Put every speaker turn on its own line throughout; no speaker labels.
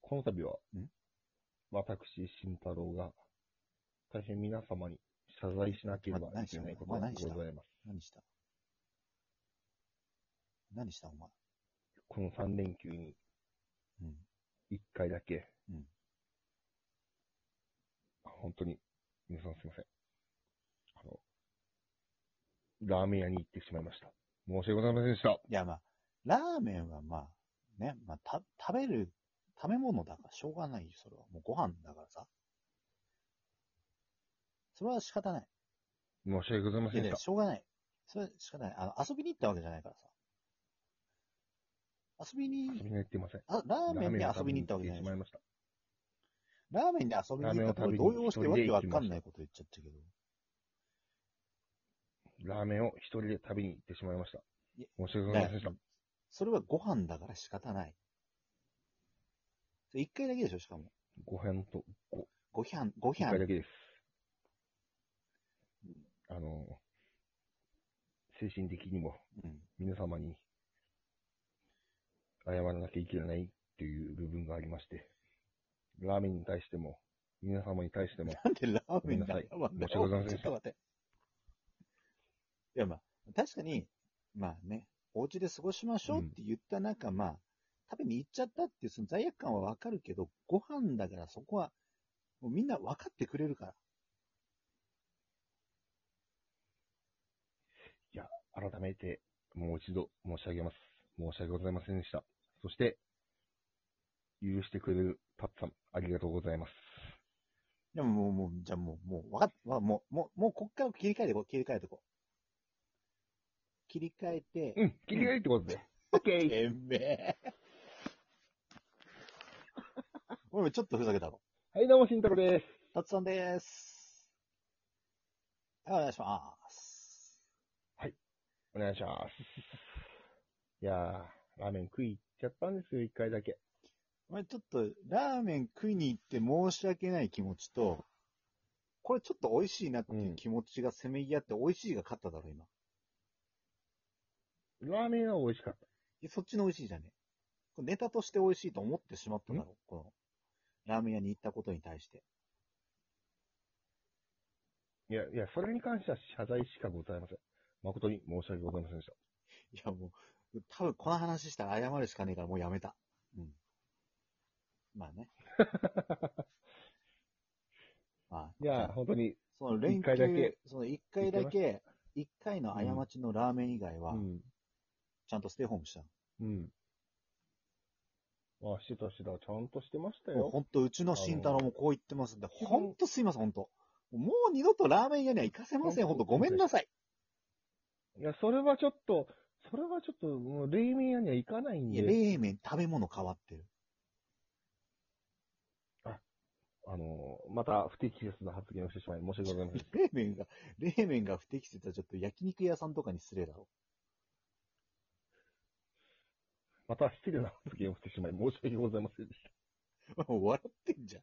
この度は、ん私、慎太郎が、大変皆様に謝罪しなければ
ま何
い
し
け
た
ないこと
お
が
前何した
ございます。
何した何したお前。
この3連休に
うん。
1回だけ、
うん
本当に、皆さんすいません。あの、ラーメン屋に行ってしまいました。申し訳ございませんでした。
いや、まあ、ラーメンはまあ、ね、まあ、た、食べる、食べ物だからしょうがないよ、それは。もうご飯だからさ。それは仕方ない。
申し訳ございま
い
せんで
やいや、
し
しょうがない。それは仕方ない。あの、遊びに行ったわけじゃないからさ。遊び
た。遊び
に、
に行っていません。
あ、ラーメンに遊びに行ったわけじ
ラーメ
ゃ
ンを食べに行って
な
し
い
ま
で
すいました。
ラーメンで遊びに行ったとこ動揺してわけわかんないこと言っちゃったけど。
ラーメンを一人で食べに行ってしまいました
いや。
申し訳ございませんでした。
ねそれはご飯だから仕方ない。それ一回だけでしょ、しかも。
ご飯と、
ごひゃん、ご
一
ひゃ
回だ
ん。
けです。あの、精神的にも
うん。
皆様に謝らなきゃいけないという部分がありまして、ラーメンに対しても、皆様に対しても、
なんでラーメンだよ。まあ
ごめんなさい申し訳ございません
ちょっと待って。いや、まあ、確かに、まあね、お家で過ごしましょうって言った中、まあ、食べに行っちゃったっていうその罪悪感はわかるけど、ご飯だからそこは、もうみんな分かってくれるから。
改めてもう一度申し上げます。申し訳ございませんでした。そして、許してくれるパッツさん、ありがとうございます。
でももう、もう、じゃあもう、もう、わかっ、わもう、もう、もう、こっから切り替えてこう、切り替えてこう。切り替えて、
うん、切り替えってことで。オッケー
てめえ。 俺もちょっとふざけたろ。
はい、どうも、慎太郎です。
たつさんです。はい、お願いします。
お願いします。いやー、ラーメン食い行っちゃったんですよ、一回だけ。
お前ちょっと、ラーメン食いに行って申し訳ない気持ちと、これちょっと美味しいなっていう気持ちがせめぎ合って、美味しいが勝っただろ、今。
ラーメンは美味しかった。
いやそっちの美味しいじゃねえ。これネタとして美味しいと思ってしまっただろ、この、ラーメン屋に行ったことに対して。
いや、いや、それに関しては謝罪しかございません。誠に申し訳ございませんでした。
いや、もう、多分この話したら謝るしかねえから、もうやめた。うん。まあね。 まあ、
いや、本当に、
その連
一回だ
休
け、
その一回だ
行っ
け、一回の過ちのラーメン以外
う
は、
ん、
ちゃんとステイホームしたの。
うん。あ、してたしてた、ちゃんとしてました
もう
よ。
ほんと、うちの慎太郎もこう言ってますんで、
基
ほ
本
んとすいません、ほんと。もう二度とラーメン屋には行かせません、ほんと。ごめんなさい。
いや、それはちょっと、それはちょっと、もう、冷麺屋には行かないん
いや、
で、
冷麺、食べ物変わってる。
あの、また不適切な発言をしてしまい、申し訳ございま せん。
冷麺が、冷麺が不適切だ。ちょっと焼肉屋さんとかに失礼だろ。
また失礼な発言をしてしまい、申し訳ございませんでした。
笑ってんじゃん。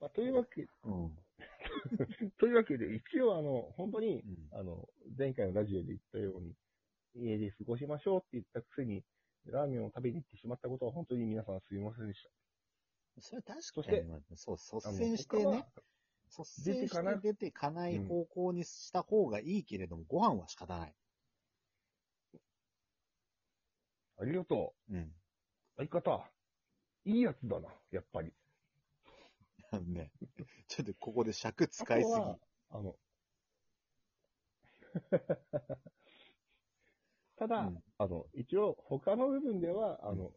まあ、というわけ、
うん。
というわけで、一応、あの、本当に
う、ん
あの、前回のラジオで言ったように、家で過ごしましょうって言ったくせに、ラーメンを食べに行ってしまったことは本当に皆さんすみませんでし
それ
そ
確
し
かに
て
まあ、そう、
た。
率先して
あの
ね、。率先
出て
して
かな
出てかない
うん
方向にした方がいいけれども、ご飯は仕方ない。
他はありがと
うん。
う。相方、いいやつだな、やっぱり。
あのね、 ちょっとここで尺使いす
あ
ぎ
と。はあの、 ただ、
うん
あの、一応、他の部分では、あの、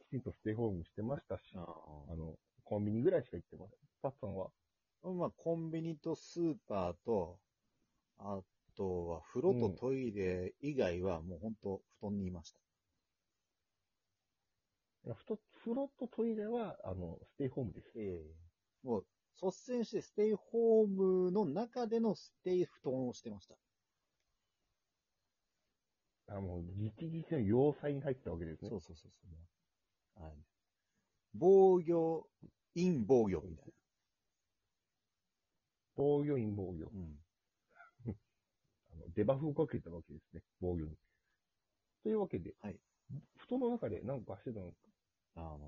きちんとステイホームしてましたし、
あ
あの、コンビニぐらいしか行ってません。パッツさんは
あまあ、コンビニとスーパーと、あとは風呂とトイレ以外はもう本当布団にいました。
いやふと風呂とトイレは、あの、ステイホームです。
ええもう率先してステイホームの中でのステイ布団をしてました。
あの、ギチギチの要塞に入ったわけですね。
そうそうそうそう。はい。防御、陰防御みたい
防御員防御。
な。うん。
あのデバフをかけたわけですね。防御に。というわけで、
はい
布団の中で何かしてたのか。
あの、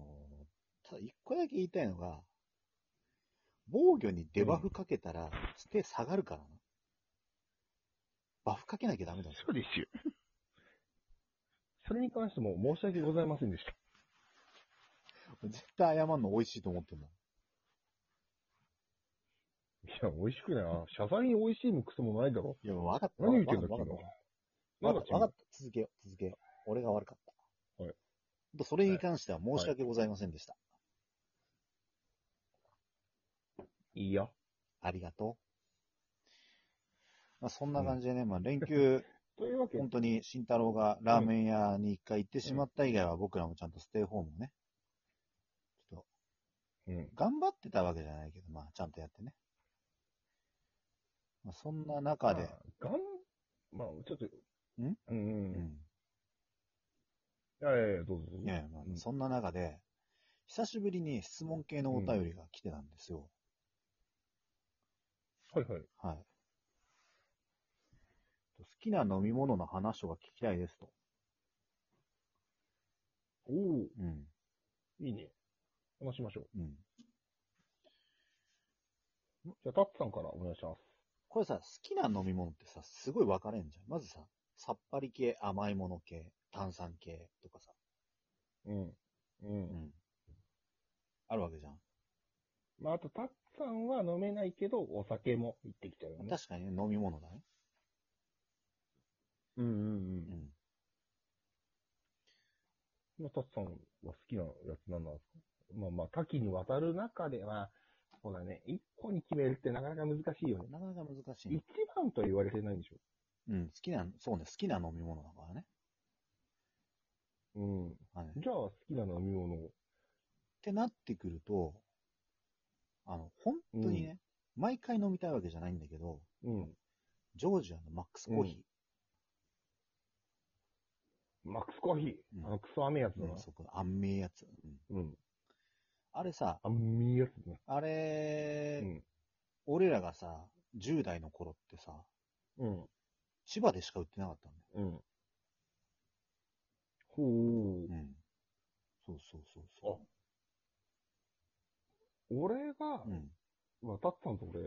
ただ一個だけ言いたいのが、防御にデバフかけたら、ステ下がるからな。バフかけなきゃダメだぞ。
そうですよ。それに関しても申し訳ございませんでした。
絶対謝るの美味しいと思ってんだ。
いや、美味しくないな。謝罪に美味しいもクソもないだろ。
いや、もう分かった。
何言ってんだ
分かった。
君はな
分か
ん
っ
か
た。分かった。続けよう。続けよう。俺が悪かった。
はい。
それに関しては申し訳ございませんでした。
いいよ。
ありがとう。まあ、そんな感じでね、まあ、連休、
と いうわけで
本、当に慎太郎がラーメン屋に一回行ってしまった以外は、僕らもちゃんとステイホームをね、ちょっ
うん。
と頑張ってたわけじゃないけど、まあ、ちゃんとやってね。まあ、そんな中で、
まあ、がん、まあ、ちょっと、
ん
うんうん。
うん。
いやいやいや、どうぞどうぞ。
いやいや、まあ
うん
そんな中で、久しぶりに質問系のお便りが来てたんですよ。
はいはい。
はい。好きな飲み物の話が聞きたいですと。
おお
うん。
いいね。話しましょう。
うん。
じゃあ、タッツさんからお願いします。
これさ、好きな飲み物ってさ、すごい分かれんじゃん。まずさ、さっぱり系、甘いもの系、炭酸系とかさ。
うん。うん。
うん。あるわけじゃん。
まあ、あと、タッツさんは飲めないけど、お酒も行ってきちゃうよね。
確かにね、飲み物だね。
うんうん
う
うん。
ん。
まあ、タッツさんは好きなやつなんなんですかまあまあ、多岐にわたる中では、そうだね、一個に決めるってなかなか難しいよね。
なかなか難し
一
いね。
番とは言われてないんでしょ
うん、好きな、そうね、好きな飲み物だからね。
うん。
はい。
じゃあ、好きな飲み物を。
ってなってくると、あの、本当にね、毎回飲みたいわけじゃないんだけど、
うん。
ジョージアのマックスコーヒ
マックスコーヒー。
うん
あの、クソ甘いやつ
ー、
だ
うん
な。
そこ、あんめえやつ、うん
うん。
あれさ、
甘いやつだ
あ
な。
れ、
うん。
俺らがさ、10代の頃ってさ、
うん。
千葉でしか売ってなかったん
うん。ほう。
だよ。うん。そうそうそう
あ
そ、
俺が、
う。うん。
まあ、タッツさんと俺、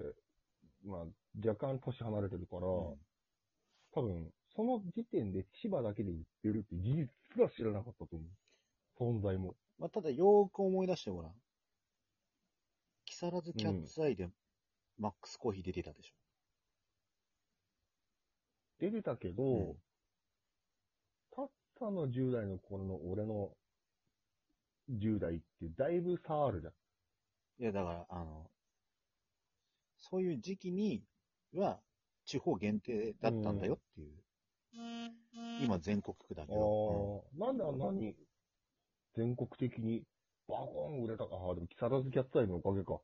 まあ、若干年離れてるから、
うん
多分、その時点で千葉だけで売ってるって事実すら知らなかったと思う。存在も。
まあ、ただ、よーく思い出してごらん。木更津キャッツアイで、マックスコーヒー出てたでしょ。
出てたけど、
うん
タッツさんの10代の頃の俺の10代ってだいぶ差あるじゃん。
いや、だから、あの、そういう時期には、地方限定だったんだよっていう。今、全国区だけど。
ああ、なんであんなに全国的にバコーン売れたか。ああ、でも木更津キャッツアイのおかげか。
うん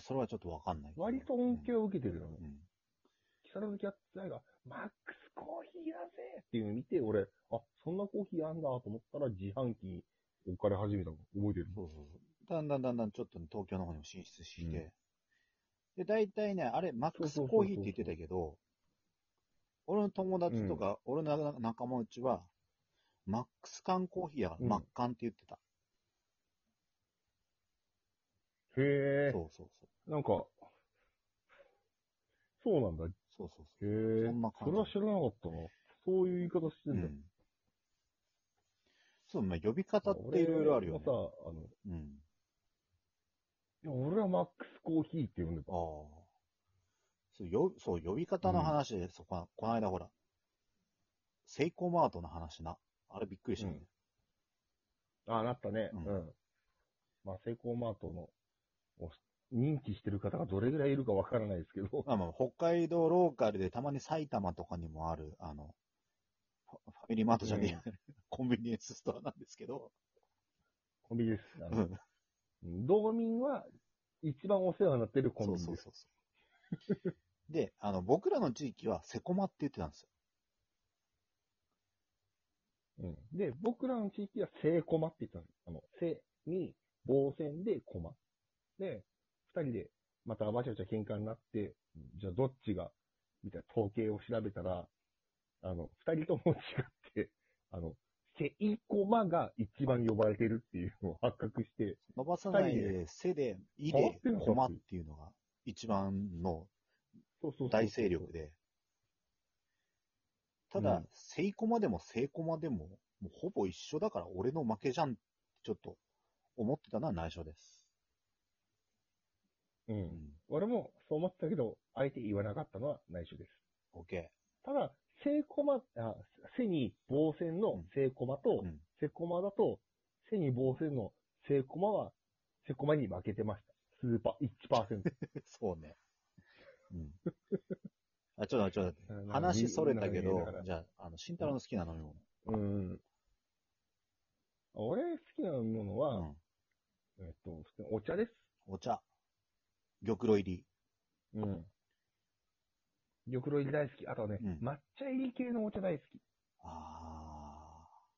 それはちょっとわかんないけど。
割と恩恵を受けてるよね。
うん。
木更津キャッツアイが、マックスコーヒーだぜっていうのを見て、俺、あ、そんなコーヒーあんだと思ったら自販機に置かれ始めたの覚えてる。
そうそうそう。だんだんだんだん、ちょっとね東京の方にも進出して。で、大体ね、あれ、マックスコーヒーって言ってたけど、俺の友達とか、俺の仲間内は、マックス缶コーヒーやから、
うん
マッカンって言ってた。
へ
そうそうそう。
え。なんか、そうなんだ。へ
そうそうそう。
え。
そんな感じ
それは知らなかったな。そういう言い方して
うん
だ。
ん。そう、まあ、呼び方っていろいろあるよね
俺。はさ、あの、い
う
や
ん。
俺はマックスコーヒーって呼んで
ああ
た。。
そう、よ、そう、呼び方の話で、そうこのこの間ほら、セイコーマートの話な。あれびっくりしたね。
あ、なったね。
う
うんん。まあ、セイコーマートの、お認知してる方がどれぐらいいるかわからないですけど。
まあまあ、北海道ローカルでたまに埼玉とかにもある、あの、ファファミリーマートじゃねえや、 コンビニエンスストアなんですけど、
コンビニです。あの
うん
道民は一番お世話になってるコン
そう
ビニ
そう
です。
そうそう。で、あの、僕らの地域はセコマって言ってたんですよ。
うんで、僕らの地域は聖駒って言ったんです。あの、聖に防線で駒。で、二人でまたわちゃわちゃ喧嘩になって、じゃあどっちが、みたいな統計を調べたら、あの、二人とも違って、あの、セイコマが一番呼ばれてるっていうのを発覚して、
伸ばさない
二人
で、せで、い
困っ
で
てん、の
駒っていうのが、一番の
そうそうそう
大勢力。で。た
う
だ
ん、
セイコマでもセイコマでも、もうほぼ一緒だから俺の負けじゃん、ちょっと思ってたのは内緒です。
う。
うんん。
俺もそう思ってたけど、あえて言わなかったのは内緒です。
OK。
ただ、セイコマ、あセに防線のセイコマと、
うん
セコマだと、セに防線のセイコマは、セコマに負けてました。スーパー1%。
そうね。 うん。あ、ちょっと待って、ちょっと待って。
うん
話それた
み
け
ん
ど
なが言いながら、
じゃあ、あの、慎太郎の好きな飲み物。
うん。俺好きなものは、
うん。
えっと、普通にお茶です。
お茶。玉露入り。
うん。玉露入り大好き。あとね、
うん
抹茶入り系のお茶大好き。
あ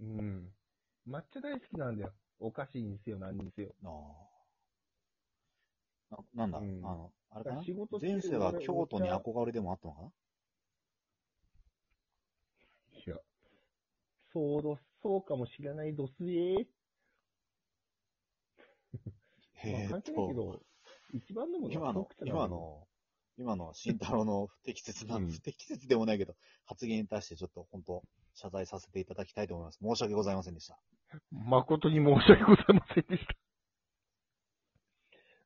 うん。抹茶大好きなんだよ。お菓子にせよ何にせよ。
ー。あーな、なんだ、
うん
あの、あれかな
仕事中
前世は京都に憧れでもあったのかない
や。そうど、そうかもしれないどすえまあ、関係
えー
ないけど、一番のも
今の、今、の、今の慎太郎の不適切な、
うん
不適切でもないけど、発言に対してちょっと本当、謝罪させていただきたいと思います。申し訳ございませんでした。
誠に申し訳ございませんでした。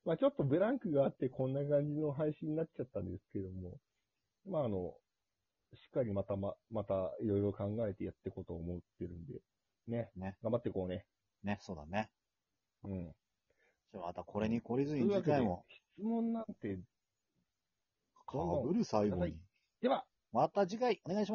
まあちょっとブランクがあってこんな感じの配信になっちゃったんですけども、まああの、しっかりまたま、またいろいろ考えてやっていこうと思ってるんで、ね。
ね
頑張っていこうね。
ね、そうだね。
うん。
じゃあまたこれに懲りず
と
に
いうわ
次
けで
回も、、
質問なんて、
かぶる最後
はい
に。
では、
また次回お願いします。